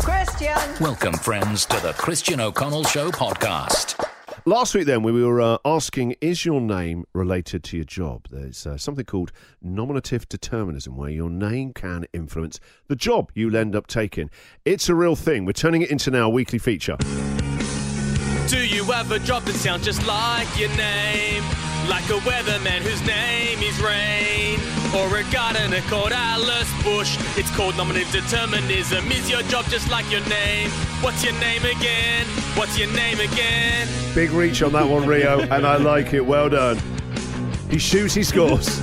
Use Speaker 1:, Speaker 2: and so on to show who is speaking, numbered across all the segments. Speaker 1: Christian.
Speaker 2: Welcome, friends, to the Christian O'Connell Show podcast.
Speaker 3: Last week, then, we were uh, asking, is your name related to your job? There's uh, something called nominative determinism, where your name can influence the job you end up taking. It's a real thing. We're turning it into now a weekly feature.
Speaker 4: Do you ever drop that sound just like your name? Like a weatherman whose name is rain? Or a gardener called Alice Bush? It's called nominative determinism. Is your job just like your name? What's your name again? What's your name again?
Speaker 3: Big reach on that one, Rio, and I like it. Well done. He shoots, he scores.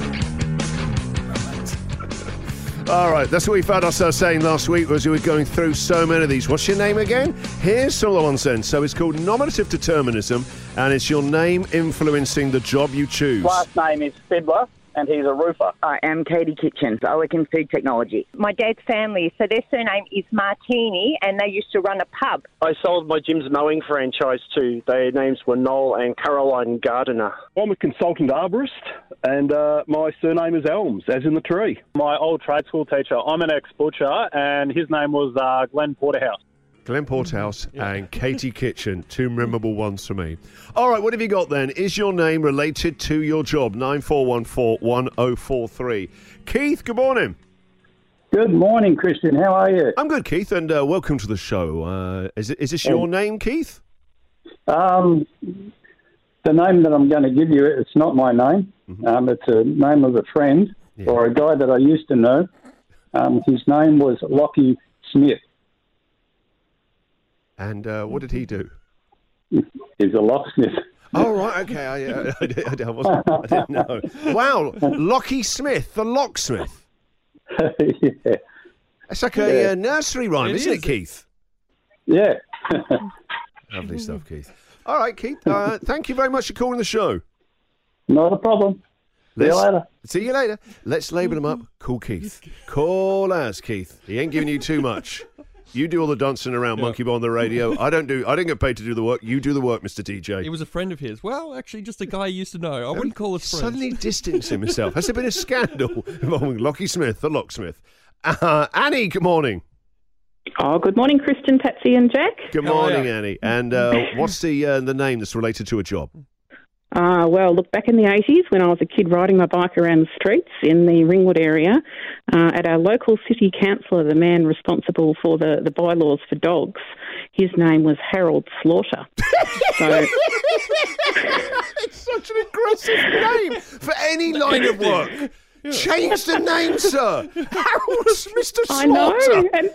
Speaker 3: All right, that's what we found ourselves saying last week as we were going through so many of these. What's your name again? Here's some of the ones then. So it's called nominative determinism, and it's your name influencing the job you choose.
Speaker 5: last name is Fiddler, and he's a roofer.
Speaker 6: I am Katie Kitchens. I work in food technology.
Speaker 1: My dad's family, so their surname is Martini, and they used to run a pub.
Speaker 7: I sold my Jim's mowing franchise to. Their names were Noel and Caroline Gardiner.
Speaker 8: I'm a consultant arborist, and uh, my surname is Elms, as in the tree. My old trade school teacher, I'm an ex butcher, and his name was uh, Glenn Porterhouse.
Speaker 3: Glenn Porthouse and Katie Kitchen, two memorable ones for me. All right, what have you got then? Is your name related to your job? 9414 1043. Keith, good morning.
Speaker 9: Good morning, Christian. How are you?
Speaker 3: I'm good, Keith, and uh, welcome to the show. Uh, is, it- is this
Speaker 9: Oh.
Speaker 3: your name, Keith?
Speaker 9: Um, the name that I'm going to give you, it's not my name.
Speaker 8: Mm-hmm.
Speaker 9: Um, it's a name of a friend or a guy that I used to know. Um, his name was Lockie Smith.
Speaker 3: And uh, what did he do?
Speaker 9: He's a locksmith.
Speaker 3: Oh, right, okay. I, uh, I, did- I, did- I wasn't, I didn't know. Wow, Lockie Smith, the locksmith.
Speaker 9: yeah.
Speaker 3: It's like a
Speaker 9: Yeah.
Speaker 3: uh, nursery rhyme, is isn't it, Keith?
Speaker 9: yeah.
Speaker 3: Lovely stuff, Keith. All right, Keith, uh, thank you very much for calling the show.
Speaker 9: Not a problem. See you
Speaker 3: Let's-
Speaker 9: later.
Speaker 3: See you later. Let's label him up. Call Keith. Call us, Keith. He ain't giving you too much. You do all the dancing around Monkey Boy on the radio. I don't do. I don't get paid to do the work. You do the work, Mr. DJ.
Speaker 10: It was a friend of his. Well, actually, just a guy he used to know. I wouldn't call us friends.
Speaker 3: Suddenly distancing himself. Has there been a scandal involving Lockie Smith, the locksmith? Uh, Annie, good morning.
Speaker 11: Oh, good morning, Kristen, Patsy, and Jack.
Speaker 3: Good
Speaker 10: How are
Speaker 3: morning,
Speaker 10: ya?
Speaker 3: Annie. And uh, what's the uh, the name that's related to a job?
Speaker 11: Ah, well, look, back in the 80s when I was a kid riding my bike around the streets in the Ringwood area, uh, at our local city councillor, the man responsible for the, the bylaws for dogs, his name was Harold Slaughter. so,
Speaker 3: It's such an aggressive name for any line of work. Change the name, sir. Harold's Mr. Slaughter.
Speaker 11: I know. And,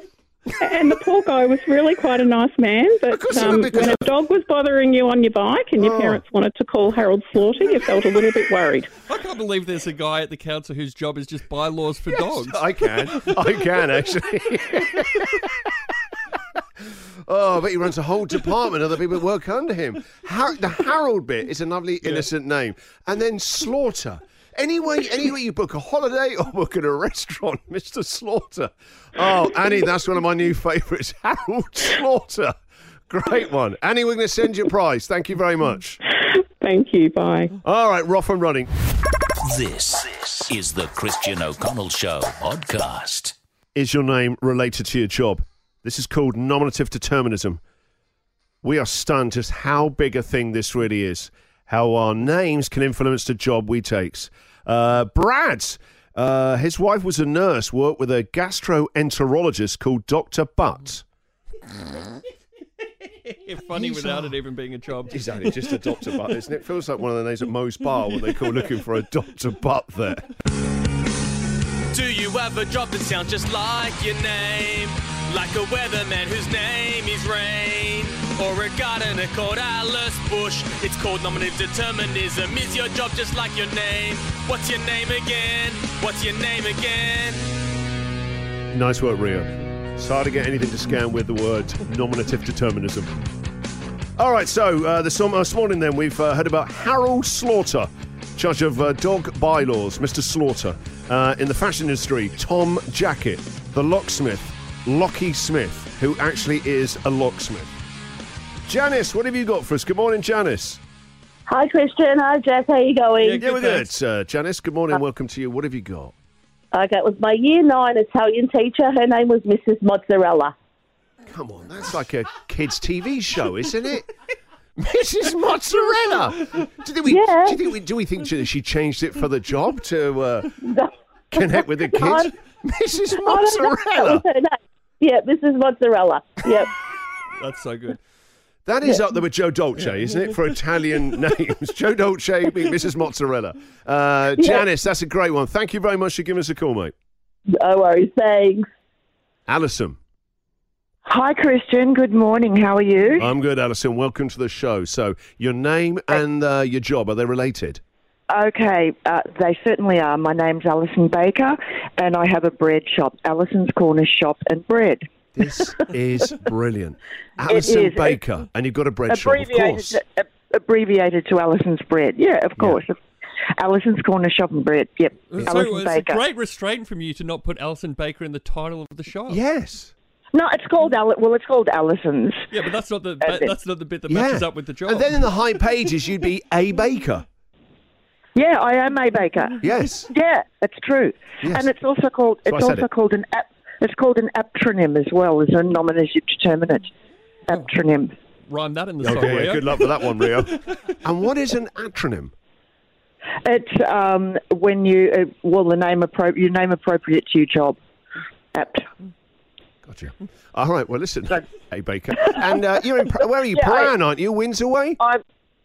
Speaker 11: and the poor guy was really quite a nice man, but
Speaker 3: course he would
Speaker 11: um,
Speaker 3: be, 'cause
Speaker 11: when a
Speaker 3: I-
Speaker 11: dog was bothering you on your bike and your
Speaker 3: Oh.
Speaker 11: parents wanted to call Harold Slaughter, you felt a little bit worried.
Speaker 10: I can't believe there's a guy at the council whose job is just bylaws for dogs.
Speaker 3: I can. I can, actually. oh, I bet he runs a whole department of the people that work under him. Har- the Harold bit is a lovely, innocent name. And then Slaughter. Anyway, anyway, you book a holiday or book at a restaurant, Mr. Slaughter. Oh, Annie, that's one of my new favourites. Harold Slaughter. Great one. Annie, we're going to send you a prize. Thank you very much.
Speaker 11: Thank you. Bye.
Speaker 3: All right, rough and running.
Speaker 2: This is the Christian O'Connell Show podcast.
Speaker 3: is your name related to your job? This is called nominative determinism. We are stunned just how big a thing this really is. How our names can influence the job we takes. Uh, Brad, uh, his wife was a nurse, worked with a gastroenterologist called Doctor Butt.
Speaker 10: Funny without it even being a job.
Speaker 3: He's only just a Doctor Butt, isn't it? Feels like one of the names at Moe's Bar, what they call looking for a Doctor Butt there.
Speaker 4: Do you ever drop that sound just like your name? Like a weatherman whose name is rain? Or a gardener called Alice Bush? It's called nominative determinism. Is your job just like your name? What's your name again? What's your name again?
Speaker 3: Nice work, Rio. It's hard to get anything to scan with the word nominative determinism. All right, so uh, this, uh, this morning then we've uh, heard about Harold Slaughter, judge of uh, dog bylaws, Mr. Slaughter. Uh, in the fashion industry, Tom Jacket, the locksmith, Lockie Smith, who actually is a locksmith. Janice, what have you got for us? Good morning, Janice.
Speaker 12: Hi, Christian. Hi, Jeff. How you going?
Speaker 10: Yeah,
Speaker 3: Yeah, we're good.
Speaker 10: thanks.
Speaker 3: Uh, Janice, good morning. Welcome to you. What have you got?
Speaker 12: Okay, it was my year nine Italian teacher. Her name was Mrs. Mozzarella.
Speaker 3: Come on, that's like a kids' TV show, isn't it? Mrs. Mozzarella. Do you think we? Do you think we? Do we think she, she changed it for the job to uh, connect with the kids? Mrs. Mozzarella.
Speaker 1: Yeah, Mrs. Mozzarella. Yep.
Speaker 4: That's so good.
Speaker 3: That is up there with Joe Dolce, isn't it, for Italian names? Joe Dolce, Mrs. Mozzarella. Uh,
Speaker 1: Yeah.
Speaker 3: Janice, that's a great one. Thank you very much for giving us a call, mate.
Speaker 1: No worries. Thanks.
Speaker 3: Alison.
Speaker 6: Hi, Christian. Good morning. How are you?
Speaker 3: I'm good, Alison. Welcome to the show. So, your name and uh, your job, are they related?
Speaker 6: Okay, uh, they certainly are. My name's Alison Baker, and I have a bread shop, Alison's Corner Shop and Bread.
Speaker 3: This is brilliant. Alison
Speaker 6: is.
Speaker 3: Baker, and you've got a bread shop, of course.
Speaker 6: To, ab- abbreviated to Alison's Bread. Yeah, of course. Alison's Corner Shop and Bread. Yep.
Speaker 4: So
Speaker 6: Alison
Speaker 4: it's a
Speaker 6: Baker.
Speaker 4: great restraint from you to not put Alison Baker in the title of the shop.
Speaker 3: Yes.
Speaker 6: No, it's called Al- well, it's called Alison's.
Speaker 4: Yeah, but that's not the ba- that's not the bit that matches up with the job.
Speaker 3: And then in the high pages, you'd be a baker.
Speaker 6: Yeah, I am a baker.
Speaker 3: Yes.
Speaker 6: Yeah, it's true. And it's also called
Speaker 3: So I
Speaker 6: it's
Speaker 3: said
Speaker 6: also
Speaker 3: it.
Speaker 6: called an ap- it's called an aptronym as well as a nominative determinant.
Speaker 3: Oh.
Speaker 6: Aptronym.
Speaker 4: Rhyme that in the song.
Speaker 3: Okay, yeah,
Speaker 4: Rio.
Speaker 3: good luck with that one, Rio. and what is an acronym?
Speaker 6: It's um, when you uh, well the name appro- you name appropriate to your job. Apt.
Speaker 3: Gotcha. All right, well, listen. Hey, Baker. And uh, you're in, where are you?
Speaker 6: Yeah, I-
Speaker 3: Paran, aren't you? Windsor Way?
Speaker 6: I'm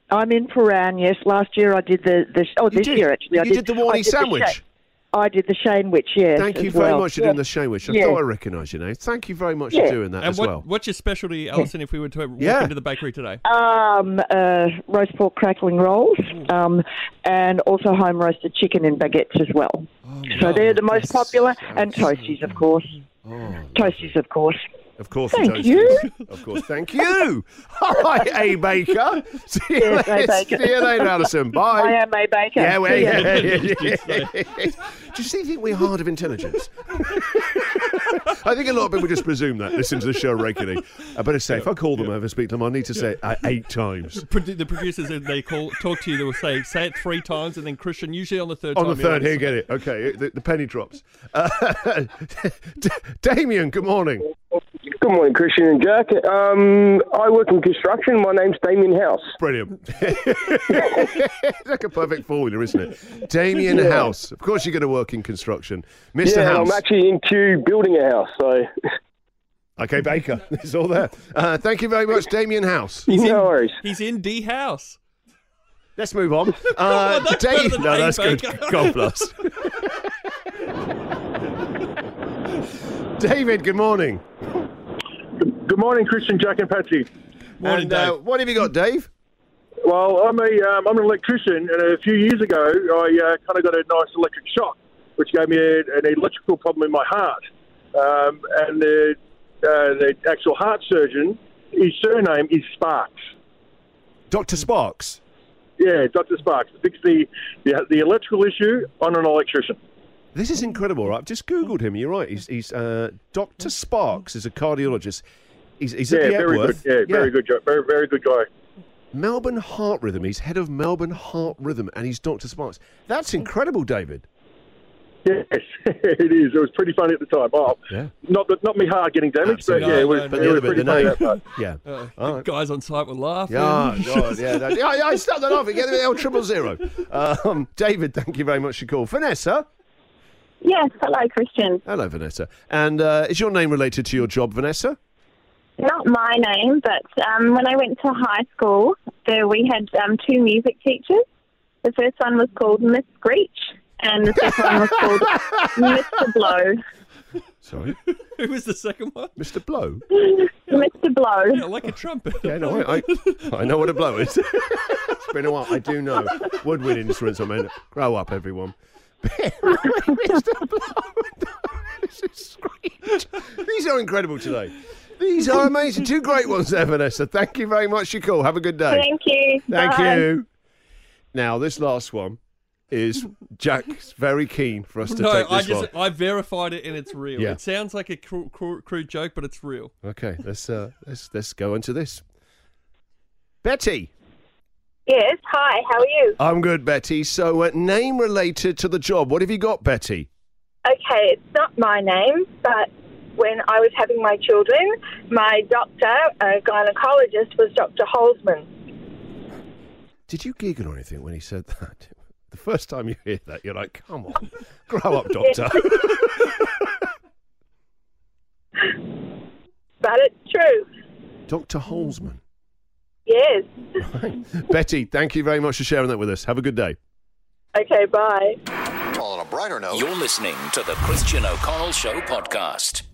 Speaker 6: I'm in Paran. Yes, last year I did the the oh
Speaker 3: You
Speaker 6: this
Speaker 3: did.
Speaker 6: year actually I
Speaker 3: You did the Warnie
Speaker 6: I did
Speaker 3: sandwich.
Speaker 6: sha- I did the Shane witch. Yes.
Speaker 3: Thank you
Speaker 6: as
Speaker 3: very
Speaker 6: well.
Speaker 3: much for doing the show, which I
Speaker 6: Yeah.
Speaker 3: thought I recognised your name. Thank you very much
Speaker 6: Yeah.
Speaker 3: for doing that
Speaker 4: and
Speaker 3: as
Speaker 4: what,
Speaker 3: well.
Speaker 4: what's your specialty, Alison? If we were to walk
Speaker 3: Yeah.
Speaker 4: into the bakery today,
Speaker 6: Um, uh, roast pork crackling rolls, um, and also home roasted chicken and baguettes as well. so they're the most popular, and toasties, of course. toasties, of course.
Speaker 3: Of course,
Speaker 6: Thank
Speaker 3: Josie.
Speaker 6: you.
Speaker 3: Of course, thank you. All right, A Baker. See you,
Speaker 6: Yes, A.
Speaker 3: later.
Speaker 6: Baker.
Speaker 3: See you later, Alison. Bye.
Speaker 6: I am A. Baker.
Speaker 3: Yeah, well,
Speaker 6: See ya.
Speaker 3: yeah, yeah, yeah, yeah. Do you see, think we're hard of intelligence? I think a lot of people just presume that. Listen to the show regularly. I better say, if I call them over, speak to them, I need to say it uh, eight times.
Speaker 4: Produ- the producers if they call talk to you, they will say say it three times, and then Christian usually on the third
Speaker 3: On
Speaker 4: time
Speaker 3: the
Speaker 4: you'll
Speaker 3: third, here, get it. Okay, the, the penny drops. Uh, D- Damien, good morning.
Speaker 13: Good morning, Christian and Jack. Um, I work in construction. My name's Damien House.
Speaker 3: Brilliant. it's like a perfect formula, isn't it? Damien
Speaker 13: Yeah.
Speaker 3: House. Of course, you're going to work in construction. Mr.
Speaker 13: Yeah, and
Speaker 3: House.
Speaker 13: I'm actually in queue building a house. So
Speaker 3: Okay, Baker. It's all there. Uh, thank you very much, Damien House.
Speaker 13: He's No in- worries.
Speaker 4: He's in D House.
Speaker 3: Let's move on. Uh,
Speaker 4: Come on, that's
Speaker 3: Dave-
Speaker 4: better than
Speaker 3: no,
Speaker 4: A
Speaker 3: that's
Speaker 4: Baker.
Speaker 3: good. God bless. David, good morning.
Speaker 9: Good morning, Christian, Jack, and Patsy.
Speaker 3: Morning, And, uh, Dave. what have you got, Dave?
Speaker 9: Well, I'm a um, I'm an electrician, and a few years ago, I uh, kind of got a nice electric shock, which gave me a, an electrical problem in my heart. Um, and the uh, the actual heart surgeon, his surname is Sparks.
Speaker 3: Dr. Sparks.
Speaker 9: Yeah, Doctor Sparks fixed the, the the electrical issue on an electrician.
Speaker 3: This is incredible, right? I've just Googled him. You're right. He's, he's uh, Dr. Sparks is a cardiologist. He's, he's
Speaker 9: yeah,
Speaker 3: at the
Speaker 9: very good.
Speaker 3: Epworth.
Speaker 9: Yeah, very good. jo- Very very good guy.
Speaker 3: Melbourne Heart Rhythm. He's head of Melbourne Heart Rhythm, and he's Dr. Sparks. That's incredible, David.
Speaker 9: Yes, it is. It was pretty funny at the time. Oh,
Speaker 3: Yeah.
Speaker 9: not that not me heart getting damaged,
Speaker 3: Absolutely.
Speaker 9: but yeah,
Speaker 3: No,
Speaker 9: it was,
Speaker 3: no, no,
Speaker 9: it
Speaker 3: no.
Speaker 9: was
Speaker 3: But the other
Speaker 9: pretty
Speaker 3: bit, the
Speaker 9: funny
Speaker 3: name.
Speaker 9: that part.
Speaker 3: Yeah.
Speaker 4: Uh, the guys on site were laughing.
Speaker 3: Yeah, God, yeah. That, yeah, yeah, I stopped that off. Get the L triple zero. Um, David, thank you very much for your call. Vanessa.
Speaker 1: Yes. Hello, Christian.
Speaker 3: Hello, Vanessa. And uh, is your name related to your job, Vanessa?
Speaker 1: Not my name, but um, when I went to high school, there we had um, two music teachers. The first one was called Miss Screech, and the second one was called Mr. Blow.
Speaker 3: Sorry.
Speaker 4: Who was the second one?
Speaker 3: Mr. Blow.
Speaker 1: Mr. Blow.
Speaker 4: Yeah, like a trumpet.
Speaker 3: Yeah, no, I, I, I know what a blow is. it's been a while. I do know. Woodwind instruments, I mean. Grow up, everyone. Mr. Blow. this is great. These are incredible today. These are amazing. Two great ones there, Vanessa. Thank you very much for your call. Have a good day.
Speaker 1: Thank you.
Speaker 3: Thank
Speaker 1: Bye.
Speaker 3: you. Now, this last one is Jack's very keen for us to
Speaker 4: no,
Speaker 3: take
Speaker 4: I
Speaker 3: this
Speaker 4: just
Speaker 3: one.
Speaker 4: I verified it and it's real.
Speaker 3: Yeah.
Speaker 4: It sounds like a cru- cru- crude joke, but it's real.
Speaker 3: Okay, let's uh, let's let's go into this. Betty,
Speaker 1: Yes. Hi. How are you?
Speaker 3: I'm good, Betty. So, uh, name related to the job. What have you got, Betty?
Speaker 1: Okay, it's not my name, but when I was having my children, my doctor, a gynecologist, was Dr. Holzman.
Speaker 3: Did you giggle or anything when he said that? The first time you hear that, you're like, come on, grow up, doctor.
Speaker 1: but it's true.
Speaker 3: Dr. Holzman.
Speaker 1: Yes.
Speaker 3: Betty, thank you very much for sharing that with us. Have a good day.
Speaker 1: Okay, bye.
Speaker 2: On a brighter note, you're listening to the Christian O'Connell Show podcast.